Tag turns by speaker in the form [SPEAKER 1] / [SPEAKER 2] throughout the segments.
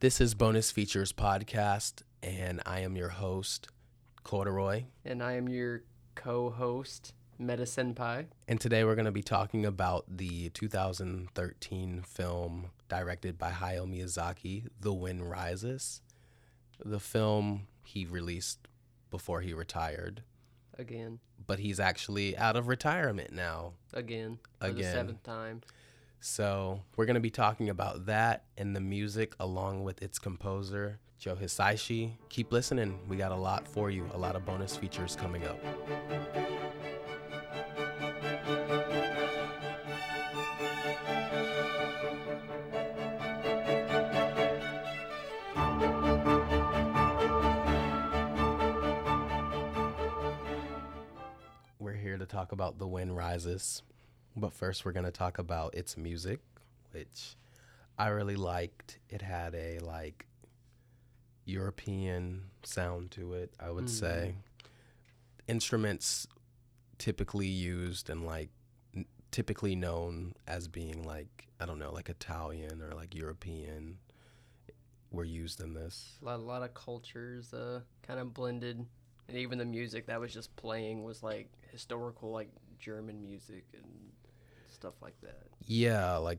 [SPEAKER 1] This is Bonus Features Podcast, and I am your host, Corduroy.
[SPEAKER 2] And I am your co host, Meta Senpai.
[SPEAKER 1] And today we're going to be talking about the 2013 film directed by Hayao Miyazaki, The Wind Rises, the film he released before he retired,
[SPEAKER 2] Again.
[SPEAKER 1] but he's actually out of retirement now.
[SPEAKER 2] Again. For the
[SPEAKER 1] Again.
[SPEAKER 2] seventh time.
[SPEAKER 1] So we're going to be talking about that and the music along with its composer, Joe Hisaishi. Keep listening. We got a lot for you, a lot of bonus features coming up. We're here to talk about The Wind Rises. But first, we're going to talk about its music, which I really liked. It had a like European sound to it, I would say. Instruments typically used and like n- typically known as being like, I don't know, like Italian or like European were used in this.
[SPEAKER 2] A lot, a lot of cultures uh, kind of blended. And even the music that was just playing was like historical, like German music and stuff like that.
[SPEAKER 1] Yeah, like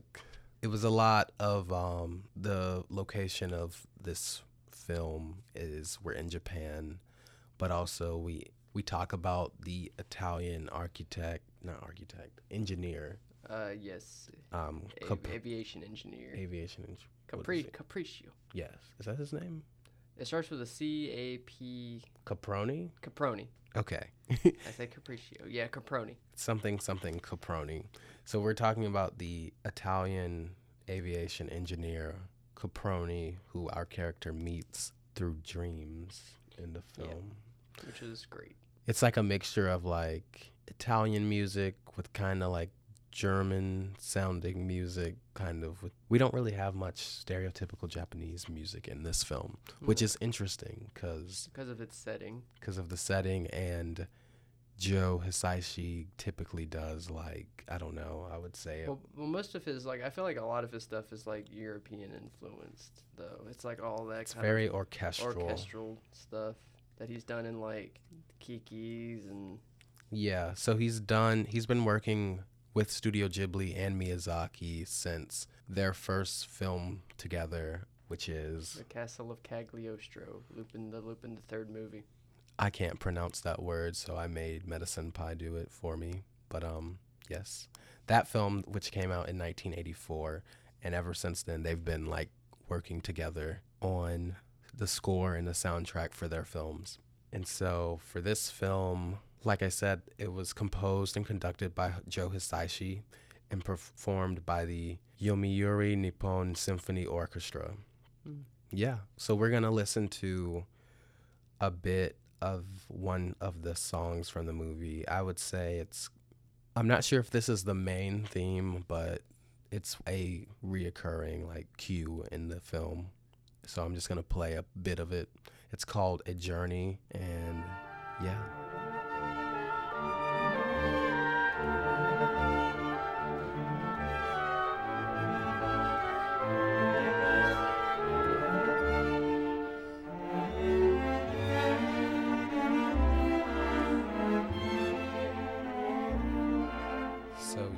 [SPEAKER 1] it was a lot of um, the location of this film is we're in Japan, but also we we talk about the Italian architect, not architect, engineer,
[SPEAKER 2] Uh, yes.
[SPEAKER 1] um,
[SPEAKER 2] A-
[SPEAKER 1] Cap-
[SPEAKER 2] aviation engineer.
[SPEAKER 1] aviation. eng- what is
[SPEAKER 2] Capri-
[SPEAKER 1] it?
[SPEAKER 2] Capriccio.
[SPEAKER 1] yes, is that his name?
[SPEAKER 2] It starts with a C A P
[SPEAKER 1] Caproni.
[SPEAKER 2] Caproni.
[SPEAKER 1] Okay,
[SPEAKER 2] I say Capriccio. Yeah, Caproni.
[SPEAKER 1] something something Caproni. So we're talking about the Italian aviation engineer Caproni, who our character meets through dreams in the
[SPEAKER 2] Yeah.
[SPEAKER 1] film.
[SPEAKER 2] which is great.
[SPEAKER 1] It's like a mixture of like Italian music with kind of like German sounding music kind of with we don't really have much stereotypical Japanese music in this film,
[SPEAKER 2] Mm.
[SPEAKER 1] which is interesting cuz
[SPEAKER 2] because of its setting.
[SPEAKER 1] because of the setting and Joe Hisaishi typically does like I don't know I would say
[SPEAKER 2] Well, well, most of his like I feel like a lot of his stuff is like European influenced though. It's like all that
[SPEAKER 1] it's
[SPEAKER 2] kind
[SPEAKER 1] very
[SPEAKER 2] of
[SPEAKER 1] orchestral.
[SPEAKER 2] orchestral stuff that he's done in like Kiki's and
[SPEAKER 1] Yeah, so he's done he's been working with Studio Ghibli and Miyazaki since their first film together, which is
[SPEAKER 2] the Castle of Cagliostro, Lupin the Lupin the third movie.
[SPEAKER 1] I can't pronounce that word, so I made Medicine Pie do it for me. But um yes. That film which came out in 1984 and ever since then they've been like working together on the score and the soundtrack for their films. And so for this film, like I said, it was composed and conducted by Joe Hisaishi and performed by the Yomiuri Nippon Symphony Orchestra.
[SPEAKER 2] Mm.
[SPEAKER 1] Yeah. So we're going to listen to a bit of one of the songs from the movie. I would say it's I'm not sure if this is the main theme, but it's a reoccurring like cue in the film. So I'm just going to play a bit of it. It's called A Journey and yeah. So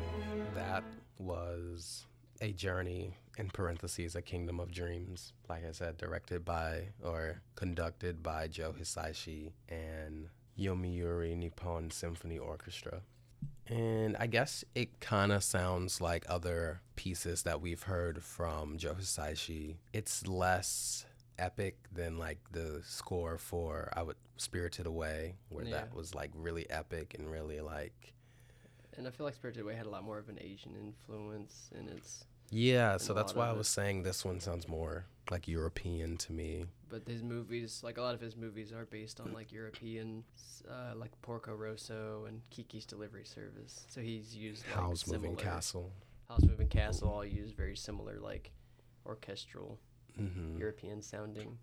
[SPEAKER 1] that was a journey in parentheses a kingdom of dreams like i said directed by or conducted by joe hisaishi and yomiuri nippon symphony orchestra and i guess it kind of sounds like other pieces that we've heard from joe hisaishi it's less epic than like the score for i would spirited away where that
[SPEAKER 2] Yeah.
[SPEAKER 1] was like really epic and really like
[SPEAKER 2] And I feel like Spirited Away had a lot more of an Asian influence in its
[SPEAKER 1] Yeah, so
[SPEAKER 2] a
[SPEAKER 1] that's
[SPEAKER 2] lot
[SPEAKER 1] why I
[SPEAKER 2] of it.
[SPEAKER 1] was saying this one sounds more like European to me.
[SPEAKER 2] but his movies, like a lot of his movies, are based on like European, s- uh, like Porco Rosso and Kiki's Delivery Service. So he's used like,
[SPEAKER 1] Howl's Moving
[SPEAKER 2] similar-
[SPEAKER 1] Castle.
[SPEAKER 2] House Moving Castle all use very similar like orchestral
[SPEAKER 1] hmm
[SPEAKER 2] European sounding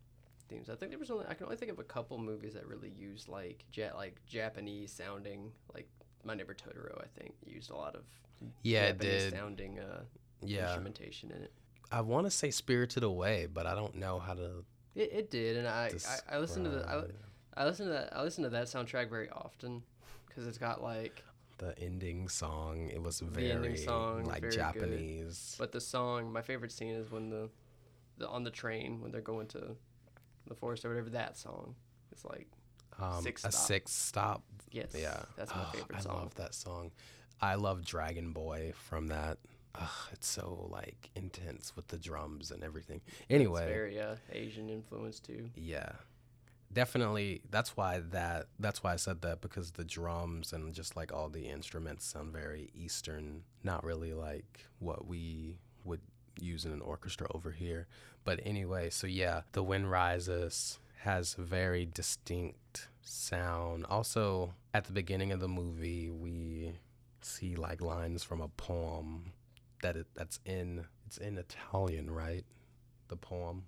[SPEAKER 2] themes. I think there was only I can only think of a couple movies that really used like jet like Japanese sounding like My Neighbor Totoro I think used a lot of
[SPEAKER 1] Yeah, it
[SPEAKER 2] Japanese
[SPEAKER 1] did.
[SPEAKER 2] sounding uh,
[SPEAKER 1] Yeah,
[SPEAKER 2] instrumentation in it.
[SPEAKER 1] I want to say Spirited Away, but I don't know how to. uh,
[SPEAKER 2] It, it did, and I,
[SPEAKER 1] Describe.
[SPEAKER 2] I, I listened to the I, I listened to that I listened to that soundtrack very often because it's got like
[SPEAKER 1] the ending song. It was
[SPEAKER 2] The ending
[SPEAKER 1] very
[SPEAKER 2] song,
[SPEAKER 1] like
[SPEAKER 2] very good.
[SPEAKER 1] Japanese.
[SPEAKER 2] but the song my favorite scene is when the, the on the train when they're going to the forest or whatever that song it's like
[SPEAKER 1] Um,
[SPEAKER 2] Six
[SPEAKER 1] a
[SPEAKER 2] Stop.
[SPEAKER 1] six stop.
[SPEAKER 2] yes
[SPEAKER 1] Yeah,
[SPEAKER 2] that's my
[SPEAKER 1] Ugh,
[SPEAKER 2] favorite
[SPEAKER 1] I
[SPEAKER 2] song
[SPEAKER 1] love that song. I love Dragon Boy from that. Ugh, it's so like intense with the drums and everything. Anyway,
[SPEAKER 2] it's very uh, Asian influence too
[SPEAKER 1] Yeah. Definitely that's why that that's why I said that because the drums and just like all the instruments sound very eastern, not really like what we would use in an orchestra over here. But anyway, so yeah, The Wind Rises has very distinct sound. Also, at the beginning of the movie, we see like lines from a poem that it, that's in it's in Italian, right? The poem.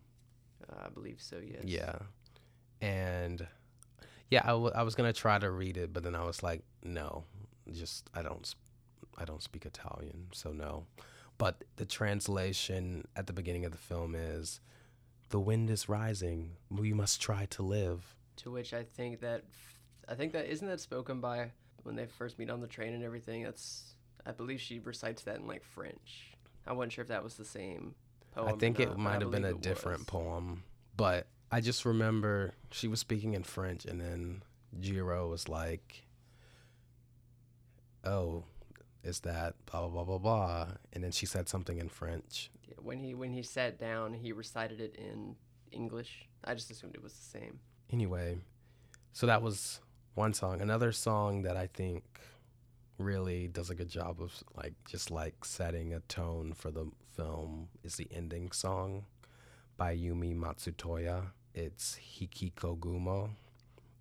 [SPEAKER 2] uh, I believe so yes
[SPEAKER 1] Yeah. And yeah, I wa- I was going to try to read it, but then I was like, no, just I don't s- I don't speak Italian, so no. But the translation at the beginning of the film is the wind is rising. We must try to live.
[SPEAKER 2] to which I think that I think that isn't that spoken by when they first meet on the train and everything. That's I believe she recites that in like French. I wasn't sure if that was the same poem.
[SPEAKER 1] I
[SPEAKER 2] or
[SPEAKER 1] think
[SPEAKER 2] not,
[SPEAKER 1] it
[SPEAKER 2] but I
[SPEAKER 1] might have been a
[SPEAKER 2] believe it
[SPEAKER 1] different
[SPEAKER 2] was.
[SPEAKER 1] poem, but I just remember she was speaking in French, and then Jiro was like, "Oh, is that blah blah blah blah blah?" And then she said something in French.
[SPEAKER 2] Yeah, When he when he sat down, he recited it in English. I just assumed it was the same.
[SPEAKER 1] Anyway, so that was one song. Another song that I think really does a good job of like just like setting a tone for the film is the ending song by Yumi Matsutoya. It's Hikikogumo,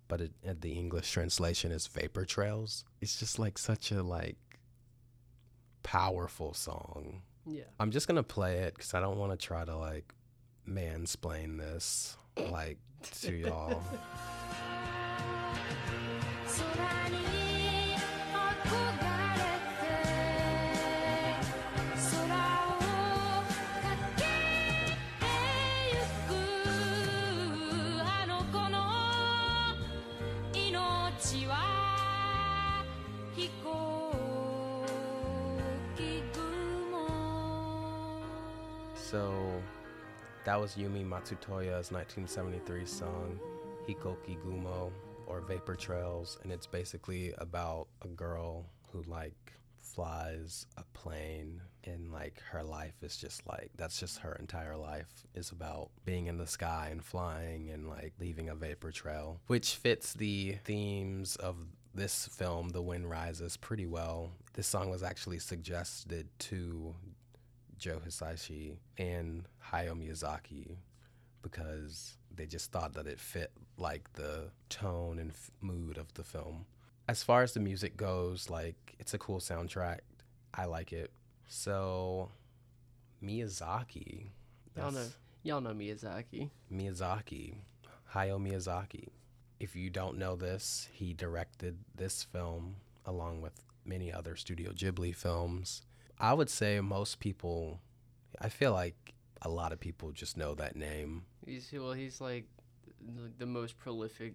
[SPEAKER 1] but it, and the English translation is Vapor Trails. It's just like such a like powerful song.
[SPEAKER 2] Yeah.
[SPEAKER 1] I'm just gonna play it because I don't want to try to like mansplain this like to y'all.
[SPEAKER 3] 「空に憧れて」「空を駆けゆくあの子の命は飛行機雲」
[SPEAKER 1] So that was Yumi Matsutoya's 1973 song Hikoki Gumo or Vapor Trails and it's basically about a girl who like flies a plane and like her life is just like that's just her entire life is about being in the sky and flying and like leaving a vapor trail which fits the themes of this film The Wind Rises pretty well. This song was actually suggested to Joe Hisaishi and Hayao Miyazaki because they just thought that it fit like the tone and f- mood of the film. As far as the music goes, like it's a cool soundtrack. I like it. So Miyazaki.
[SPEAKER 2] Y'all know
[SPEAKER 1] that's
[SPEAKER 2] y'all know Miyazaki.
[SPEAKER 1] Miyazaki. Hayao Miyazaki. If you don't know this, he directed this film along with many other Studio Ghibli films. I would say most people, I feel like a lot of people just know that name.
[SPEAKER 2] He's well he's like the, the most prolific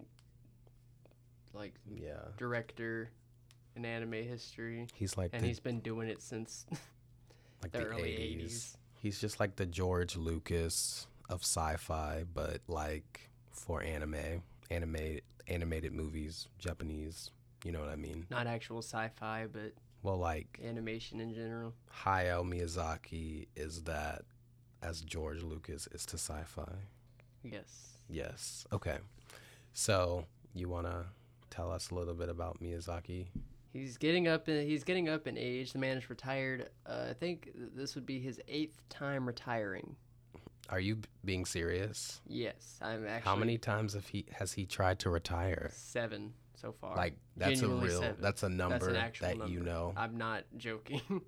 [SPEAKER 2] like
[SPEAKER 1] Yeah.
[SPEAKER 2] director in anime history.
[SPEAKER 1] He's like
[SPEAKER 2] And
[SPEAKER 1] the,
[SPEAKER 2] he's been doing it since
[SPEAKER 1] like
[SPEAKER 2] the
[SPEAKER 1] the
[SPEAKER 2] early
[SPEAKER 1] 80s.
[SPEAKER 2] 80s.
[SPEAKER 1] He's just like the George Lucas of sci-fi, but like for anime, anime animated movies, Japanese, you know what I mean?
[SPEAKER 2] not actual sci-fi, but
[SPEAKER 1] Well, like
[SPEAKER 2] animation in general.
[SPEAKER 1] Hayao Miyazaki is that as George Lucas is to sci-fi.
[SPEAKER 2] Yes.
[SPEAKER 1] Yes. Okay. So you wanna tell us a little bit about Miyazaki?
[SPEAKER 2] He's getting up in he's getting up in age. The man is retired. Uh, I think th- this would be his eighth time retiring.
[SPEAKER 1] Are you b- being serious?
[SPEAKER 2] Yes, I'm actually
[SPEAKER 1] How many times have he has he tried to retire?
[SPEAKER 2] seven so far.
[SPEAKER 1] Like that's a
[SPEAKER 2] Genuinely
[SPEAKER 1] real
[SPEAKER 2] seven.
[SPEAKER 1] that's a number
[SPEAKER 2] actual
[SPEAKER 1] that you
[SPEAKER 2] number.
[SPEAKER 1] know.
[SPEAKER 2] I'm not joking.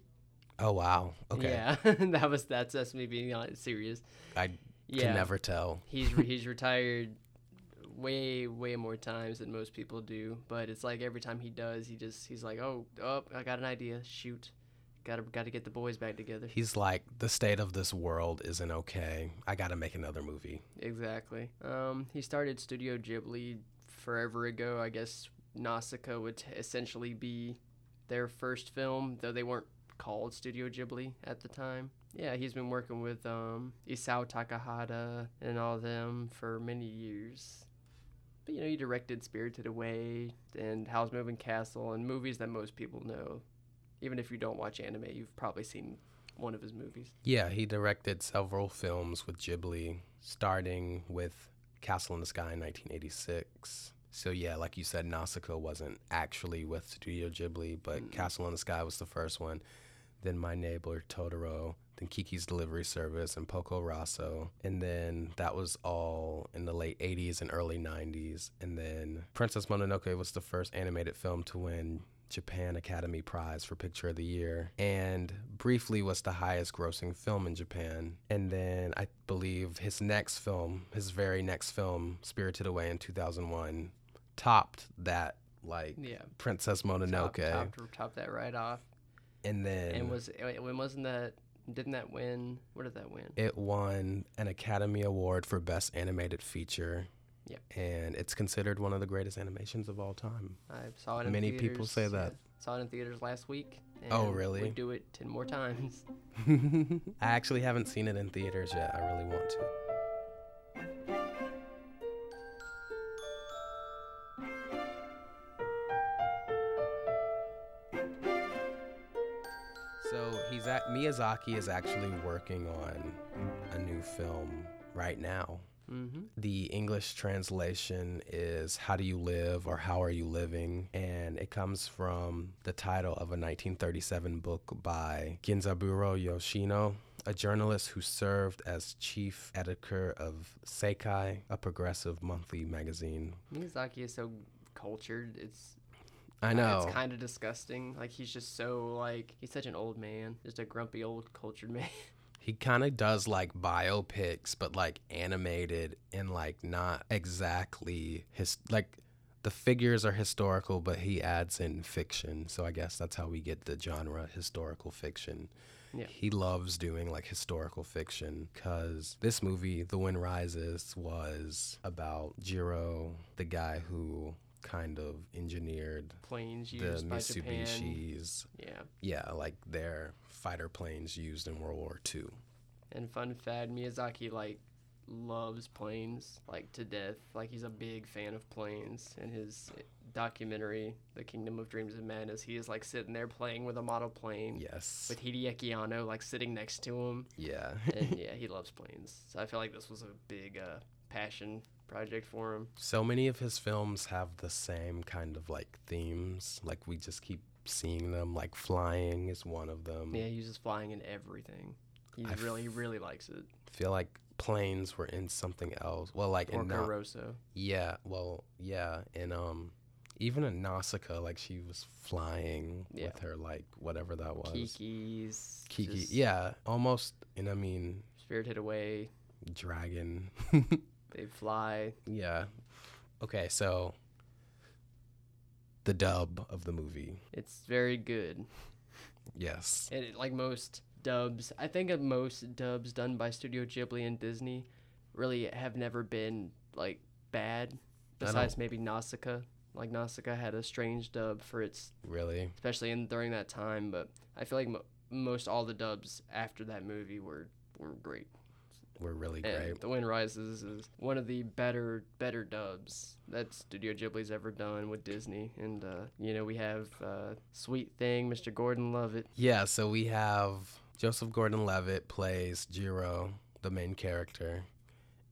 [SPEAKER 1] Oh wow. Okay.
[SPEAKER 2] Yeah, that was that's that's me being hon- serious.
[SPEAKER 1] I
[SPEAKER 2] Yeah,
[SPEAKER 1] can never tell.
[SPEAKER 2] he's re- he's retired way way more times than most people do. But it's like every time he does, he just he's like, oh, oh, I got an idea. Shoot, Gotta gotta get the boys back together.
[SPEAKER 1] He's like, the state of this world isn't okay. I gotta make another movie.
[SPEAKER 2] Exactly. Um, he started Studio Ghibli forever ago. I guess Nausicaa would essentially be their first film, though they weren't called Studio Ghibli at the time. Yeah, he's been working with um, Isao Takahata and all them for many years. But you know, he directed Spirited Away and Howl's Moving Castle and movies that most people know. Even if you don't watch anime, you've probably seen one of his movies.
[SPEAKER 1] Yeah, he directed several films with Ghibli, starting with Castle in the Sky in 1986. So, yeah, like you said, Nausicaa wasn't actually with Studio Ghibli, but
[SPEAKER 2] Mm.
[SPEAKER 1] Castle in the Sky was the first one. Then My Neighbor Totoro, then Kiki's Delivery Service, and Poco Rosso. And then that was all in the late 80s and early 90s. And then Princess Mononoke was the first animated film to win Japan Academy Prize for Picture of the Year, and briefly was the highest grossing film in Japan. And then I believe his next film, his very next film, Spirited Away in 2001, topped that, like
[SPEAKER 2] Yeah.
[SPEAKER 1] Princess
[SPEAKER 2] Top,
[SPEAKER 1] Mononoke.
[SPEAKER 2] top, top that right off.
[SPEAKER 1] And then
[SPEAKER 2] And was wait, when wasn't that? Didn't that win? What did that win?
[SPEAKER 1] it won an Academy Award for Best Animated Feature.
[SPEAKER 2] Yep.
[SPEAKER 1] And it's considered one of the greatest animations of all time.
[SPEAKER 2] I saw it. In
[SPEAKER 1] Many
[SPEAKER 2] theaters,
[SPEAKER 1] people say
[SPEAKER 2] yeah.
[SPEAKER 1] that.
[SPEAKER 2] Saw it in theaters last week.
[SPEAKER 1] Oh,
[SPEAKER 2] and
[SPEAKER 1] really?
[SPEAKER 2] Would do it ten more times.
[SPEAKER 1] I actually haven't seen it in theaters yet. I really want to. So he's at Miyazaki is actually working on a new film right now.
[SPEAKER 2] Mm-hmm.
[SPEAKER 1] The English translation is How Do You Live or How Are You Living? And it comes from the title of a 1937 book by Ginzaburo Yoshino, a journalist who served as chief editor of Seikai, a progressive monthly magazine.
[SPEAKER 2] Miyazaki is so cultured. It's
[SPEAKER 1] I know.
[SPEAKER 2] It's kind of disgusting. Like he's just so like he's such an old man, just a grumpy old cultured man.
[SPEAKER 1] He kind of does like biopics, but like animated and like not exactly his like the figures are historical, but he adds in fiction. So I guess that's how we get the genre historical fiction.
[SPEAKER 2] Yeah.
[SPEAKER 1] He loves doing like historical fiction because this movie, The Wind Rises, was about Jiro, the guy who kind of engineered
[SPEAKER 2] Planes
[SPEAKER 1] the
[SPEAKER 2] used by Japan.
[SPEAKER 1] Mitsubishis.
[SPEAKER 2] Yeah.
[SPEAKER 1] Yeah, like their fighter planes used in World War II.
[SPEAKER 2] And fun fact, Miyazaki like loves planes like to death. Like he's a big fan of planes. In his documentary, The Kingdom of Dreams and Madness, he is like sitting there playing with a model plane
[SPEAKER 1] Yes.
[SPEAKER 2] with Hideaki Anno like sitting next to him.
[SPEAKER 1] Yeah.
[SPEAKER 2] And yeah, he loves planes. So I feel like this was a big uh, passion project for him.
[SPEAKER 1] so many of his films have the same kind of like themes. Like we just keep seeing them. Like flying is one of them.
[SPEAKER 2] Yeah, he uses flying in everything. He
[SPEAKER 1] Mm-hmm. I
[SPEAKER 2] really, really likes it.
[SPEAKER 1] Feel like planes were in something else. Well, like
[SPEAKER 2] Or
[SPEAKER 1] in Na-
[SPEAKER 2] Caruso.
[SPEAKER 1] yeah. Well, yeah, and um, even in Nausicaa, like she was flying
[SPEAKER 2] Yeah.
[SPEAKER 1] with her like whatever that was.
[SPEAKER 2] Kiki's.
[SPEAKER 1] Kiki.
[SPEAKER 2] just
[SPEAKER 1] Yeah, almost. And I mean,
[SPEAKER 2] Spirited Away.
[SPEAKER 1] dragon.
[SPEAKER 2] They fly.
[SPEAKER 1] yeah. Okay, so the dub of the movie.
[SPEAKER 2] It's very good.
[SPEAKER 1] Yes.
[SPEAKER 2] And it, like most dubs, I think of most dubs done by Studio Ghibli and Disney really have never been like bad.
[SPEAKER 1] I don't-
[SPEAKER 2] Besides maybe Nausicaa. Like Nausicaa had a strange dub for its,
[SPEAKER 1] Really?
[SPEAKER 2] especially in during that time. But I feel like mo- most all the dubs after that movie were were great.
[SPEAKER 1] We're really
[SPEAKER 2] And
[SPEAKER 1] great.
[SPEAKER 2] The Wind Rises is one of the better better dubs that Studio Ghibli's ever done with Disney. And uh, you know, we have uh, Sweet Thing, Mr. Gordon Lovett.
[SPEAKER 1] Yeah, so we have Joseph Gordon Levitt plays Jiro, the main character,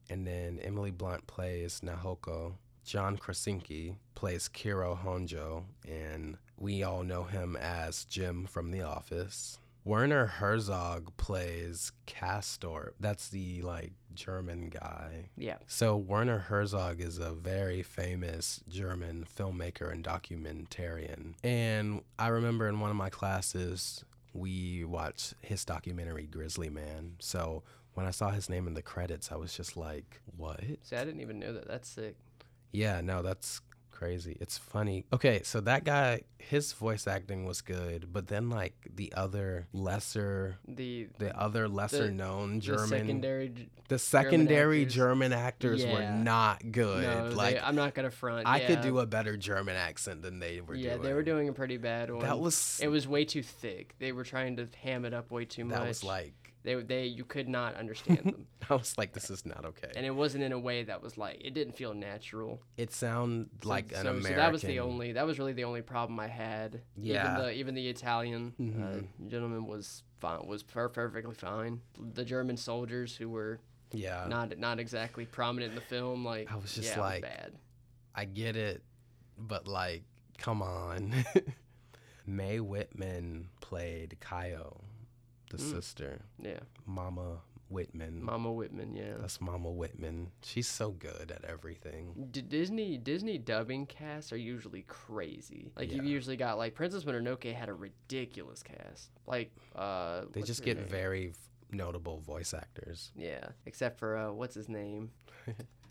[SPEAKER 1] and then Emily Blunt plays Nahoko. John Krasinski plays Kiro Honjo, and we all know him as Jim from The Office. Werner Herzog plays Castor. That's the like German guy.
[SPEAKER 2] Yeah.
[SPEAKER 1] So Werner Herzog is a very famous German filmmaker and documentarian. And I remember in one of my classes we watched his documentary Grizzly Man. So when I saw his name in the credits, I was just like, "What?"
[SPEAKER 2] See, I didn't even know that. That's sick.
[SPEAKER 1] Yeah, no, that's crazy. It's funny. Okay, so that guy, his voice acting was good, but then like the other lesser,
[SPEAKER 2] The
[SPEAKER 1] the other lesser known German,
[SPEAKER 2] the secondary. j-
[SPEAKER 1] the secondary
[SPEAKER 2] actors.
[SPEAKER 1] German actors,
[SPEAKER 2] Yeah.
[SPEAKER 1] were not good.
[SPEAKER 2] No,
[SPEAKER 1] like
[SPEAKER 2] they, I'm not gonna front.
[SPEAKER 1] I
[SPEAKER 2] yeah.
[SPEAKER 1] could do a better German accent than they were
[SPEAKER 2] yeah,
[SPEAKER 1] doing.
[SPEAKER 2] they were doing a pretty bad one.
[SPEAKER 1] That was
[SPEAKER 2] It was way too thick. They were trying to ham it up way too much.
[SPEAKER 1] that was like
[SPEAKER 2] they they you could not understand them,
[SPEAKER 1] I was like this is not okay.
[SPEAKER 2] and it wasn't in a way that was like it didn't feel natural.
[SPEAKER 1] it sounded
[SPEAKER 2] So-
[SPEAKER 1] like an
[SPEAKER 2] so,
[SPEAKER 1] American.
[SPEAKER 2] So that was the only that was really the only problem I had.
[SPEAKER 1] Yeah.
[SPEAKER 2] Even the even the Italian uh,
[SPEAKER 1] Mhm.
[SPEAKER 2] gentleman was fine was per- perfectly fine. The German soldiers who were
[SPEAKER 1] Yeah,
[SPEAKER 2] not not exactly prominent in the film like
[SPEAKER 1] Oh. I was just
[SPEAKER 2] yeah, it was
[SPEAKER 1] like-
[SPEAKER 2] bad.
[SPEAKER 1] I get it, but like, come on. Mae Whitman played Kayo, the
[SPEAKER 2] Mm.
[SPEAKER 1] sister,
[SPEAKER 2] Yeah.
[SPEAKER 1] Mama Whitman.
[SPEAKER 2] Mama Whitman, yeah.
[SPEAKER 1] Mm. That's Mama Whitman. She's so good at everything.
[SPEAKER 2] D- Disney Disney dubbing casts are usually crazy. Like you've
[SPEAKER 1] Yeah.
[SPEAKER 2] usually got like Princess Mononoke had a ridiculous cast. Like uh
[SPEAKER 1] They
[SPEAKER 2] what's
[SPEAKER 1] just
[SPEAKER 2] her
[SPEAKER 1] get
[SPEAKER 2] name?
[SPEAKER 1] very f- notable voice actors.
[SPEAKER 2] Yeah, except for uh, what's his name?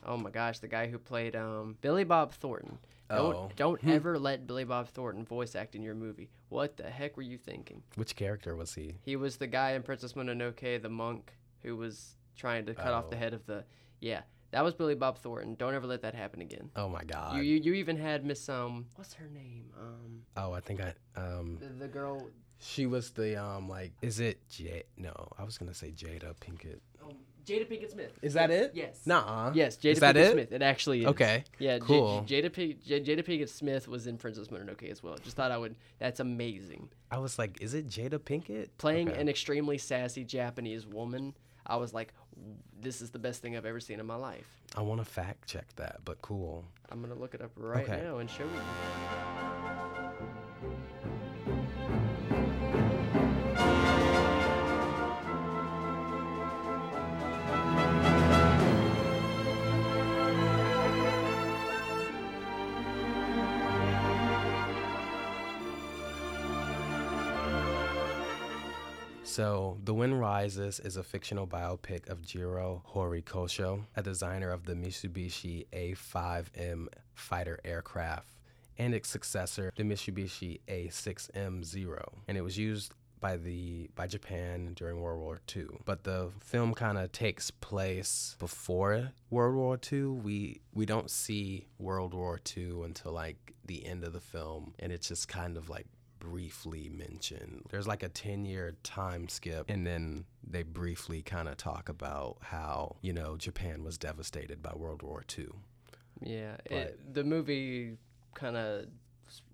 [SPEAKER 2] oh my gosh, the guy who played um, Billy Bob Thornton. Don't
[SPEAKER 1] Oh.
[SPEAKER 2] don't ever let Billy Bob Thornton voice act in your movie. What the heck were you thinking?
[SPEAKER 1] Which character was he?
[SPEAKER 2] He was the guy in Princess Mononoke, the monk who was trying to cut off the
[SPEAKER 1] Oh.
[SPEAKER 2] head of the. Yeah, that was Billy Bob Thornton. Don't ever let that happen again.
[SPEAKER 1] Oh my
[SPEAKER 2] You,
[SPEAKER 1] God.
[SPEAKER 2] you, you even had Miss um what's her name um
[SPEAKER 1] oh, I think I. Um,
[SPEAKER 2] the, the girl
[SPEAKER 1] she was the um like. Is it J? No, I was gonna say Jada Pinkett.
[SPEAKER 2] um, Jada Pinkett Smith
[SPEAKER 1] Is that it?
[SPEAKER 2] yes
[SPEAKER 1] Nuh-uh.
[SPEAKER 2] yes Jada
[SPEAKER 1] Is that
[SPEAKER 2] Pinkett
[SPEAKER 1] it?
[SPEAKER 2] Smith it actually is.
[SPEAKER 1] Okay.
[SPEAKER 2] Yeah, J-
[SPEAKER 1] Cool.
[SPEAKER 2] J- Jada, P- J- Jada Pinkett Smith was in Princess Mononoke as well. Just thought I would. That's amazing.
[SPEAKER 1] I was like, is it Jada Pinkett
[SPEAKER 2] Playing
[SPEAKER 1] Okay.
[SPEAKER 2] an extremely sassy Japanese woman, I was like, "W- this is the best thing I've ever seen in my life.
[SPEAKER 1] I want to fact check that, but cool.
[SPEAKER 2] I'm gonna look it up right
[SPEAKER 1] Okay.
[SPEAKER 2] now and show you.
[SPEAKER 1] So, The Wind Rises is a fictional biopic of Jiro Horikosho, a designer of the Mitsubishi A5M fighter aircraft and its successor, the Mitsubishi A6M0, and it was used by the by Japan during World War II. But the film kind of takes place before World War II. We we don't see World War II until like the end of the film, and it's just kind of like briefly mentioned. There's like a 10 year time skip, and then they briefly kind of talk about how, you know, Japan was devastated by World War II.
[SPEAKER 2] Yeah, it, the movie kind of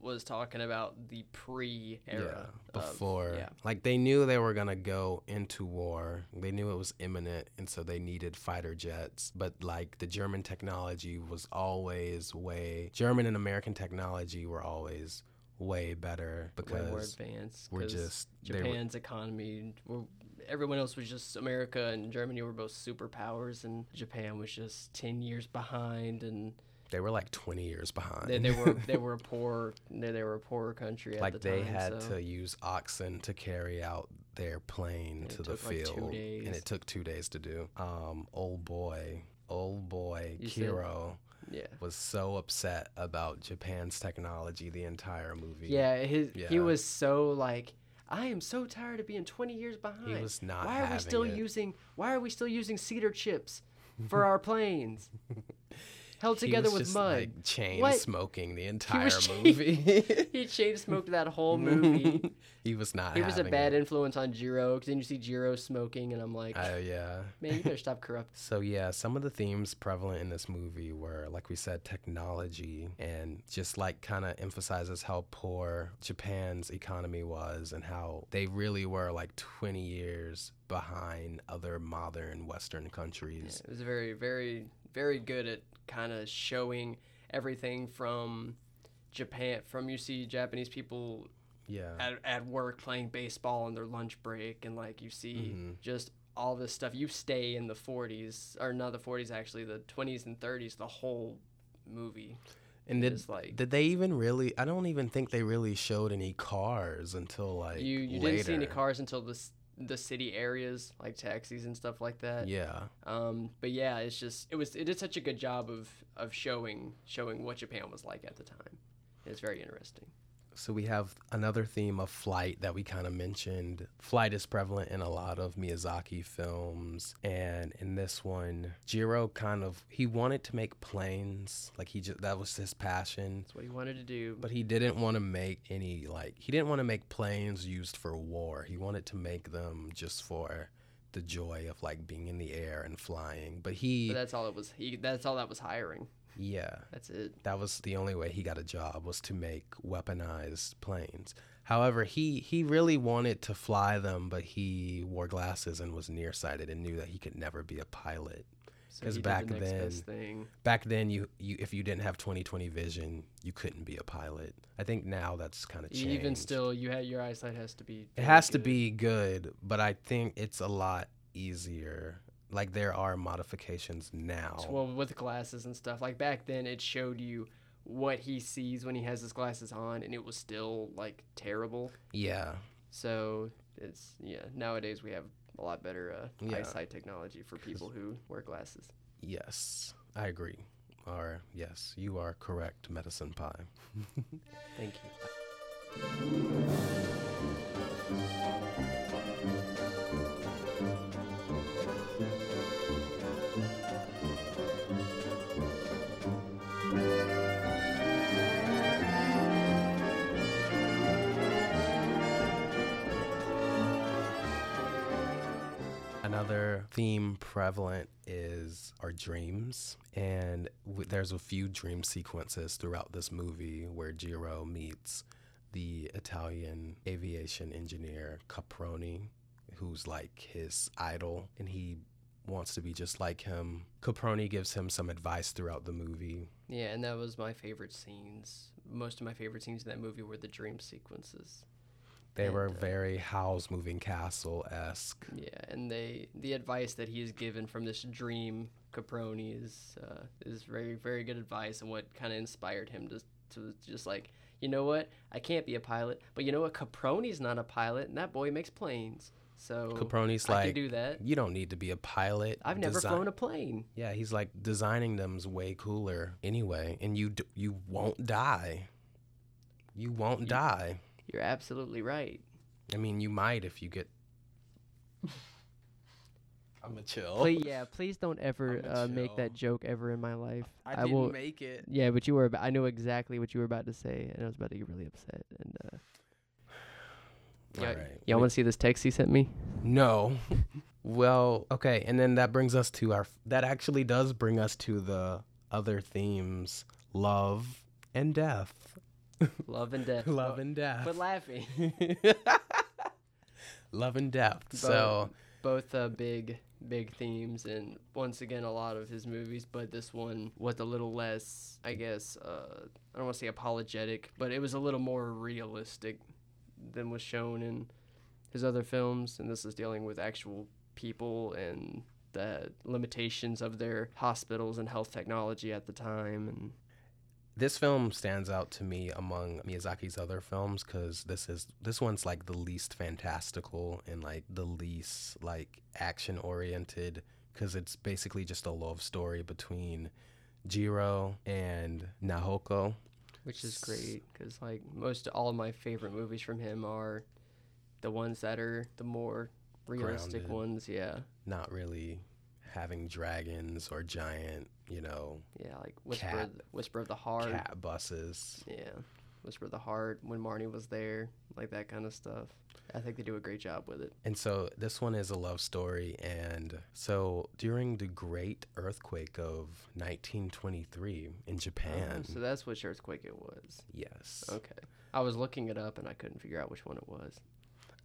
[SPEAKER 2] was talking about the pre-era. of-
[SPEAKER 1] before.
[SPEAKER 2] yeah.
[SPEAKER 1] Like they knew they were going to go into war, they knew it was imminent, and so they needed fighter jets. But like the German technology was always way, German and American technology were always way better
[SPEAKER 2] way more
[SPEAKER 1] because
[SPEAKER 2] advanced.
[SPEAKER 1] we're
[SPEAKER 2] 'cause
[SPEAKER 1] just, they were
[SPEAKER 2] Japan's economy. Were, everyone else was just America and Germany were both superpowers, and Japan was just ten years behind, and
[SPEAKER 1] they were like 20 years behind.
[SPEAKER 2] they, they were they were a poor they, they were a poorer country at
[SPEAKER 1] like
[SPEAKER 2] the time.
[SPEAKER 1] they had
[SPEAKER 2] so.
[SPEAKER 1] to use oxen to carry out their plane
[SPEAKER 2] it
[SPEAKER 1] to the
[SPEAKER 2] took, like, two
[SPEAKER 1] field
[SPEAKER 2] days.
[SPEAKER 1] and it took two days to do um old boy old boy
[SPEAKER 2] You said-
[SPEAKER 1] kiro
[SPEAKER 2] yeah.
[SPEAKER 1] was so upset about japan's technology the entire movie
[SPEAKER 2] Yeah, his, he
[SPEAKER 1] Yeah.
[SPEAKER 2] was so like, I am so tired of being 20 years behind.
[SPEAKER 1] he was not
[SPEAKER 2] why are we
[SPEAKER 1] having
[SPEAKER 2] still
[SPEAKER 1] it.
[SPEAKER 2] using Why are we still using cedar chips for our planes? Held together
[SPEAKER 1] he was
[SPEAKER 2] with
[SPEAKER 1] just,
[SPEAKER 2] mud.
[SPEAKER 1] like, chain
[SPEAKER 2] What?
[SPEAKER 1] smoking the
[SPEAKER 2] he
[SPEAKER 1] entire
[SPEAKER 2] was
[SPEAKER 1] movie
[SPEAKER 2] he chain smoked that whole movie.
[SPEAKER 1] he was not
[SPEAKER 2] He was a
[SPEAKER 1] having
[SPEAKER 2] bad
[SPEAKER 1] it.
[SPEAKER 2] influence on Jiro because then you see Jiro smoking, and I'm like,
[SPEAKER 1] oh yeah
[SPEAKER 2] man, you better stop corrupt.
[SPEAKER 1] So, yeah, some of the themes prevalent in this movie were, like we said, technology and just like kind of emphasizes how poor Japan's economy was and how they really were like 20 years behind other modern Western
[SPEAKER 2] Yeah,
[SPEAKER 1] countries.
[SPEAKER 2] it was very, very, very good at kind of showing everything from Japan, from you see Japanese people
[SPEAKER 1] Yeah.
[SPEAKER 2] at, at work playing baseball on their lunch break, and like you see
[SPEAKER 1] Mhm.
[SPEAKER 2] just all this stuff. You stay in the 40s, or not the 40s actually, the 20s and 30s, the whole movie.
[SPEAKER 1] And did,
[SPEAKER 2] is like
[SPEAKER 1] did they even really, I don't even think they really showed any cars until like
[SPEAKER 2] you you
[SPEAKER 1] later.
[SPEAKER 2] didn't see any cars until this the city areas, like taxis and stuff like that.
[SPEAKER 1] Yeah.
[SPEAKER 2] Um, but yeah, it's just it was it did such a good job of of showing showing what Japan was like at the time. It's very interesting.
[SPEAKER 1] So we have another theme of flight that we kind of mentioned. Flight is prevalent in a lot of Miyazaki films, and in this one, Jiro kind of he wanted to make planes, like he just that was his passion.
[SPEAKER 2] That's what he wanted to do.
[SPEAKER 1] But he didn't want to make any like he didn't want to make planes used for war. He wanted to make them just for the joy of like being in the air and flying. But he
[SPEAKER 2] But that's all it was. He that's all that was hiring.
[SPEAKER 1] yeah.
[SPEAKER 2] That's it.
[SPEAKER 1] That was the only way he got a job was to make weaponized planes. However, he he really wanted to fly them, but he wore glasses and was nearsighted and knew that he could never be a pilot.
[SPEAKER 2] So
[SPEAKER 1] 'Cause
[SPEAKER 2] he did
[SPEAKER 1] back
[SPEAKER 2] the next
[SPEAKER 1] then-
[SPEAKER 2] best thing.
[SPEAKER 1] Back then, you, you if you didn't have 20/20 vision, you couldn't be a pilot. I think now that's kind of changed.
[SPEAKER 2] E, Even still, you had your eyesight has to be.
[SPEAKER 1] it
[SPEAKER 2] very
[SPEAKER 1] has to
[SPEAKER 2] good.
[SPEAKER 1] be good, but I think it's a lot easier. Like there are modifications now.
[SPEAKER 2] well with glasses and stuff. Like back then, it showed you what he sees when he has his glasses on, and it was still like terrible.
[SPEAKER 1] yeah.
[SPEAKER 2] So it's yeah. Nowadays we have a lot better uh,
[SPEAKER 1] Yeah.
[SPEAKER 2] eyesight technology for people who wear glasses.
[SPEAKER 1] Yes. I agree. Or yes, you are correct, medicine pie.
[SPEAKER 2] Thank you.
[SPEAKER 1] Another theme prevalent is our dreams, and w- there's a few dream sequences throughout this movie where Jiro meets the Italian aviation engineer Caproni, who's like his idol, and he wants to be just like him. Caproni gives him some advice throughout the movie.
[SPEAKER 2] Yeah, and that was my favorite scenes. Most of my favorite scenes in that movie were the dream sequences.
[SPEAKER 1] They
[SPEAKER 2] And,
[SPEAKER 1] were
[SPEAKER 2] uh,
[SPEAKER 1] very house moving castle esque.
[SPEAKER 2] Yeah, and they the advice that he is given from this dream Caproni is uh, is very very good advice, and what kind of inspired him to to just like you know what I can't be a pilot, but you know what Caproni's not a pilot, and that boy makes planes, so
[SPEAKER 1] Caproni's
[SPEAKER 2] I
[SPEAKER 1] like,
[SPEAKER 2] can do that.
[SPEAKER 1] you don't need to be a pilot.
[SPEAKER 2] I've never
[SPEAKER 1] Desi-
[SPEAKER 2] flown a plane.
[SPEAKER 1] Yeah, he's like designing them's way cooler anyway, and you d- you won't die. You won't die.
[SPEAKER 2] You're absolutely right.
[SPEAKER 1] I mean, you might if you get. I'm a chill.
[SPEAKER 2] Please, yeah, please don't ever
[SPEAKER 1] I'ma
[SPEAKER 2] uh, make that
[SPEAKER 1] chill.
[SPEAKER 2] joke ever in my life.
[SPEAKER 1] I
[SPEAKER 2] I
[SPEAKER 1] didn't
[SPEAKER 2] will
[SPEAKER 1] make it.
[SPEAKER 2] Yeah, but you were. About, I knew exactly what you were about to say, and I was about to get really upset. And uh, Yeah,
[SPEAKER 1] All right.
[SPEAKER 2] y'all want to see this text he sent me?
[SPEAKER 1] No. well, okay, and then that brings us to our. That actually does bring us to the other themes: love and death.
[SPEAKER 2] Love and death.
[SPEAKER 1] Love and death.
[SPEAKER 2] But laughing.
[SPEAKER 1] love and death. So
[SPEAKER 2] both uh, big, big themes, and once again, a lot of his movies. But this one was a little less, I guess. Uh, I don't want to say apologetic, but it was a little more realistic than was shown in his other films. And this is dealing with actual people and the limitations of their hospitals and health technology at the time, and
[SPEAKER 1] this film stands out to me among Miyazaki's other films because this is this one's like the least fantastical and like the least like action oriented because it's basically just a love story between Jiro and Nahoko.
[SPEAKER 2] which is
[SPEAKER 1] S-
[SPEAKER 2] great because like most all of my favorite movies from him are the ones that are the more realistic
[SPEAKER 1] Grounded.
[SPEAKER 2] ones yeah
[SPEAKER 1] Not really having dragons or giant, you know,
[SPEAKER 2] yeah like whisper
[SPEAKER 1] Cat.
[SPEAKER 2] of the- whisper of the heart
[SPEAKER 1] cat buses.
[SPEAKER 2] yeah whisper of the heart when marnie was there like that kind of stuff i think they do a great job with it
[SPEAKER 1] And so this one is a love story. And so during the great earthquake of 1923 in Japan,
[SPEAKER 2] Um, Oh, so that's which earthquake it was
[SPEAKER 1] yes.
[SPEAKER 2] okay i was looking it up and i couldn't figure out which one it was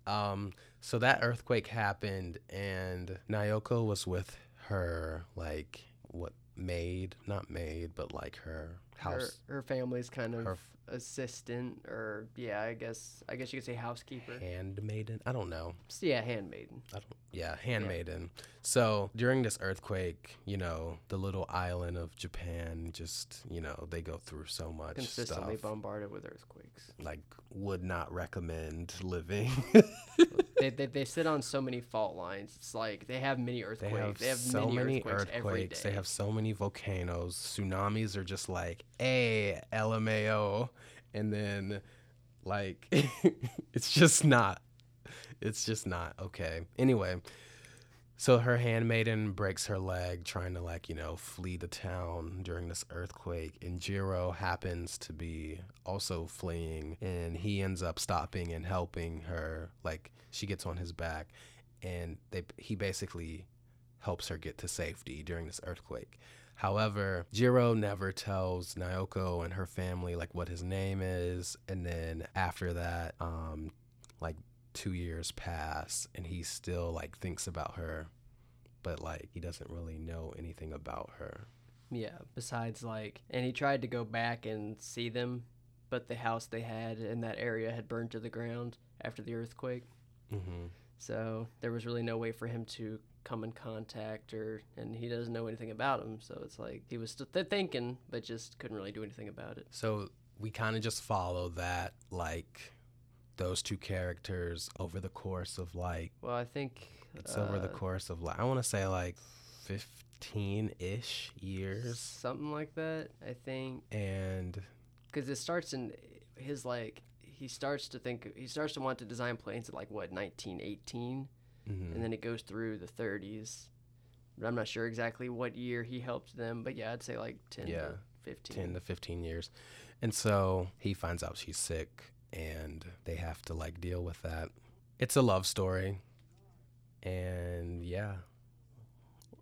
[SPEAKER 1] Um, so that earthquake happened, and Nyoko was with her, like, what, maid? Not maid, but like her house.
[SPEAKER 2] her, her family's kind of
[SPEAKER 1] Her f-
[SPEAKER 2] assistant or yeah i guess i guess you could say housekeeper
[SPEAKER 1] Handmaiden? I don't know.
[SPEAKER 2] yeah handmaiden
[SPEAKER 1] I don't. Yeah, handmaiden. So during this earthquake, you know, the little island of Japan just, you know, they go through so much
[SPEAKER 2] Consistently
[SPEAKER 1] stuff.
[SPEAKER 2] bombarded with earthquakes.
[SPEAKER 1] Like, would not recommend living.
[SPEAKER 2] they, they they sit on so many fault lines. It's like they have many
[SPEAKER 1] they
[SPEAKER 2] earthquakes.
[SPEAKER 1] have so many earthquakes. They have so many volcanoes. Tsunamis are just like, hey, LMAO. And then, like, it's just not. It's just not okay. Anyway, so her handmaiden breaks her leg trying to, like, you know, flee the town during this earthquake. And Jiro happens to be also fleeing. And he ends up stopping and helping her. Like, she gets on his back. And they, he basically helps her get to safety during this earthquake. However, Jiro never tells Naoko and her family like what his name is, and then after that, um, like two years pass, and he still like thinks about her, but like he doesn't really know anything about her.
[SPEAKER 2] Yeah, besides like and he tried to go back and see them, but the house they had in that area had burned to the ground after the earthquake.
[SPEAKER 1] hmm
[SPEAKER 2] So there was really no way for him to come in contact or and he doesn't know anything about him, so it's like he was still th- thinking but just couldn't really do anything about it.
[SPEAKER 1] So we kind of just follow that like those two characters over the course of like
[SPEAKER 2] Well, I think
[SPEAKER 1] it's over the
[SPEAKER 2] uh,
[SPEAKER 1] course of like I want to say like fifteen ish years.
[SPEAKER 2] something like that. I think
[SPEAKER 1] and
[SPEAKER 2] because it starts in his like he starts to think he starts to want to design planes at like what 1918
[SPEAKER 1] mm-hmm,
[SPEAKER 2] and then it goes through the 30s but i'm not sure exactly what year he helped them but yeah i'd say like 10
[SPEAKER 1] Yeah,
[SPEAKER 2] to 15
[SPEAKER 1] 10 to 15 years. And so he finds out she's sick and they have to like deal with that. It's a love story. And yeah,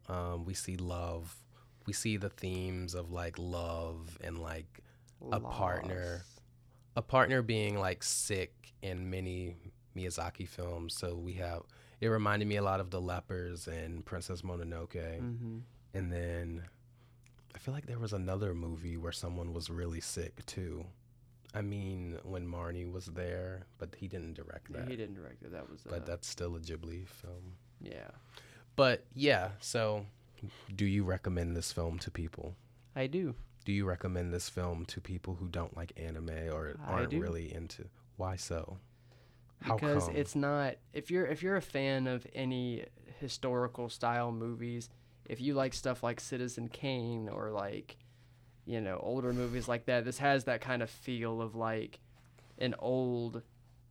[SPEAKER 1] um, we see love. We see the themes of like love and like a partner.
[SPEAKER 2] Loss.
[SPEAKER 1] a partner being like sick in many Miyazaki films. So we have, it reminded me a lot of The Lepers and Princess Mononoke.
[SPEAKER 2] Mhm.
[SPEAKER 1] And then I feel like there was another movie where someone was really sick too. I mean, when Marnie was there, but he didn't direct
[SPEAKER 2] Yeah,
[SPEAKER 1] that.
[SPEAKER 2] he didn't direct it that was uh,
[SPEAKER 1] but that's still a Ghibli film.
[SPEAKER 2] yeah
[SPEAKER 1] But yeah, so do you recommend this film to people?
[SPEAKER 2] i do
[SPEAKER 1] Do you recommend this film to people who don't like anime or
[SPEAKER 2] I
[SPEAKER 1] aren't
[SPEAKER 2] do.
[SPEAKER 1] really into? Why so? How
[SPEAKER 2] because
[SPEAKER 1] come?
[SPEAKER 2] it's not if you're if you're a fan of any historical style movies if you like stuff like citizen kane or like you know older movies like that this has that kind of feel of like an old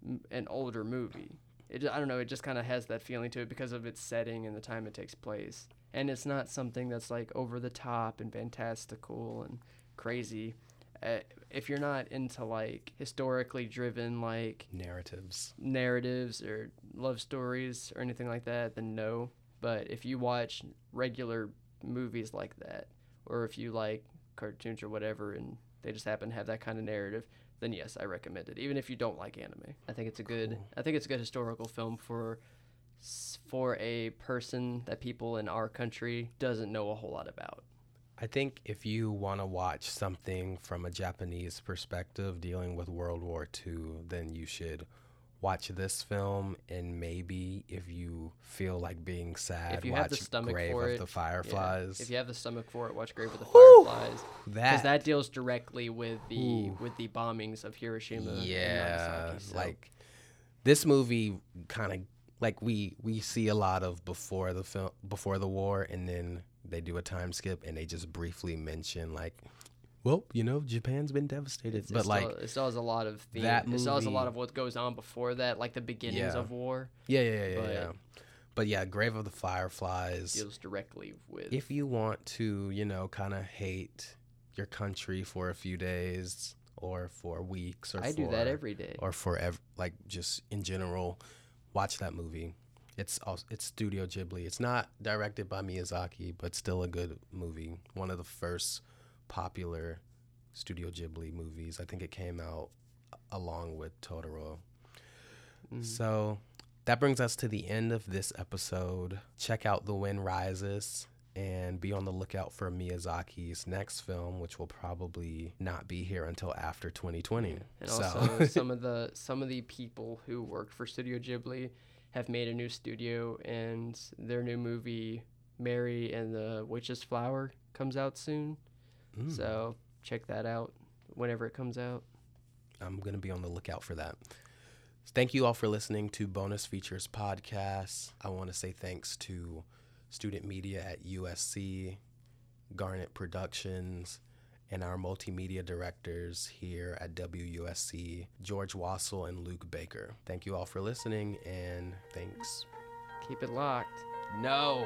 [SPEAKER 2] m- an older movie it, ju- i don't know it just kind of has that feeling to it because of its setting and the time it takes place and it's not something that's like over the top and fantastical and crazy uh, if you're not into like historically driven like
[SPEAKER 1] narratives.
[SPEAKER 2] narratives or love stories or anything like that, then no. But if you watch regular movies like that, or if you like cartoons or whatever, and they just happen to have that kind of narrative, then yes, I recommend it. Even if you don't like anime, I think it's a good. I think it's a good historical film for s- for a person that people in our country doesn't know a whole lot about.
[SPEAKER 1] I think if you want to watch something from a Japanese perspective dealing with World War II, then you should watch this film. And maybe if you feel like being sad,
[SPEAKER 2] If you
[SPEAKER 1] watch
[SPEAKER 2] have the stomach
[SPEAKER 1] Grave
[SPEAKER 2] for
[SPEAKER 1] of
[SPEAKER 2] it,
[SPEAKER 1] the
[SPEAKER 2] Yeah.
[SPEAKER 1] Fireflies.
[SPEAKER 2] If you have the stomach for it, watch Grave of the
[SPEAKER 1] Whew!
[SPEAKER 2] Fireflies. because
[SPEAKER 1] that,
[SPEAKER 2] that uh, deals directly with the
[SPEAKER 1] Ooh.
[SPEAKER 2] with the bombings of Hiroshima. and
[SPEAKER 1] yeah,
[SPEAKER 2] Nagasaki, so-
[SPEAKER 1] like this movie kind of like we we see a lot of before the film before the war, and then they do a time skip and they just briefly mention like, well, you know, Japan's been devastated,
[SPEAKER 2] It's-
[SPEAKER 1] but
[SPEAKER 2] it
[SPEAKER 1] like.
[SPEAKER 2] still, it still has a lot of themes.
[SPEAKER 1] that
[SPEAKER 2] it still has a
[SPEAKER 1] movie-
[SPEAKER 2] lot of what goes on before that, like the beginnings
[SPEAKER 1] Yeah.
[SPEAKER 2] of war,
[SPEAKER 1] Yeah, yeah, yeah,
[SPEAKER 2] But-
[SPEAKER 1] yeah. But yeah, Grave of the Fireflies.
[SPEAKER 2] deals directly with.
[SPEAKER 1] If you want to, you know, kind of hate your country for a few days or for weeks or
[SPEAKER 2] I
[SPEAKER 1] for,
[SPEAKER 2] do that every day.
[SPEAKER 1] or forever, like just in general, watch that movie. It's also, it's Studio Ghibli. It's not directed by Miyazaki, but still a good movie. One of the first popular Studio Ghibli movies. I think it came out along with Totoro.
[SPEAKER 2] Mm.
[SPEAKER 1] So that brings us to the end of this episode. Check out The Wind Rises and be on the lookout for Miyazaki's next film, which will probably not be here until after 2020.
[SPEAKER 2] And
[SPEAKER 1] so
[SPEAKER 2] also some of the some of the people who worked for Studio Ghibli have made a new studio, and their new movie Mary and the Witch's Flower comes out soon.
[SPEAKER 1] Mm.
[SPEAKER 2] So check that out whenever it comes out.
[SPEAKER 1] I'm going to be on the lookout for that. Thank you all for listening to Bonus Features Podcast. I want to say thanks to student media at USC, Garnet Productions, and our multimedia directors here at WUSC, George Wassel and Luke Baker. Thank you all for listening, and thanks.
[SPEAKER 2] Keep it locked. No.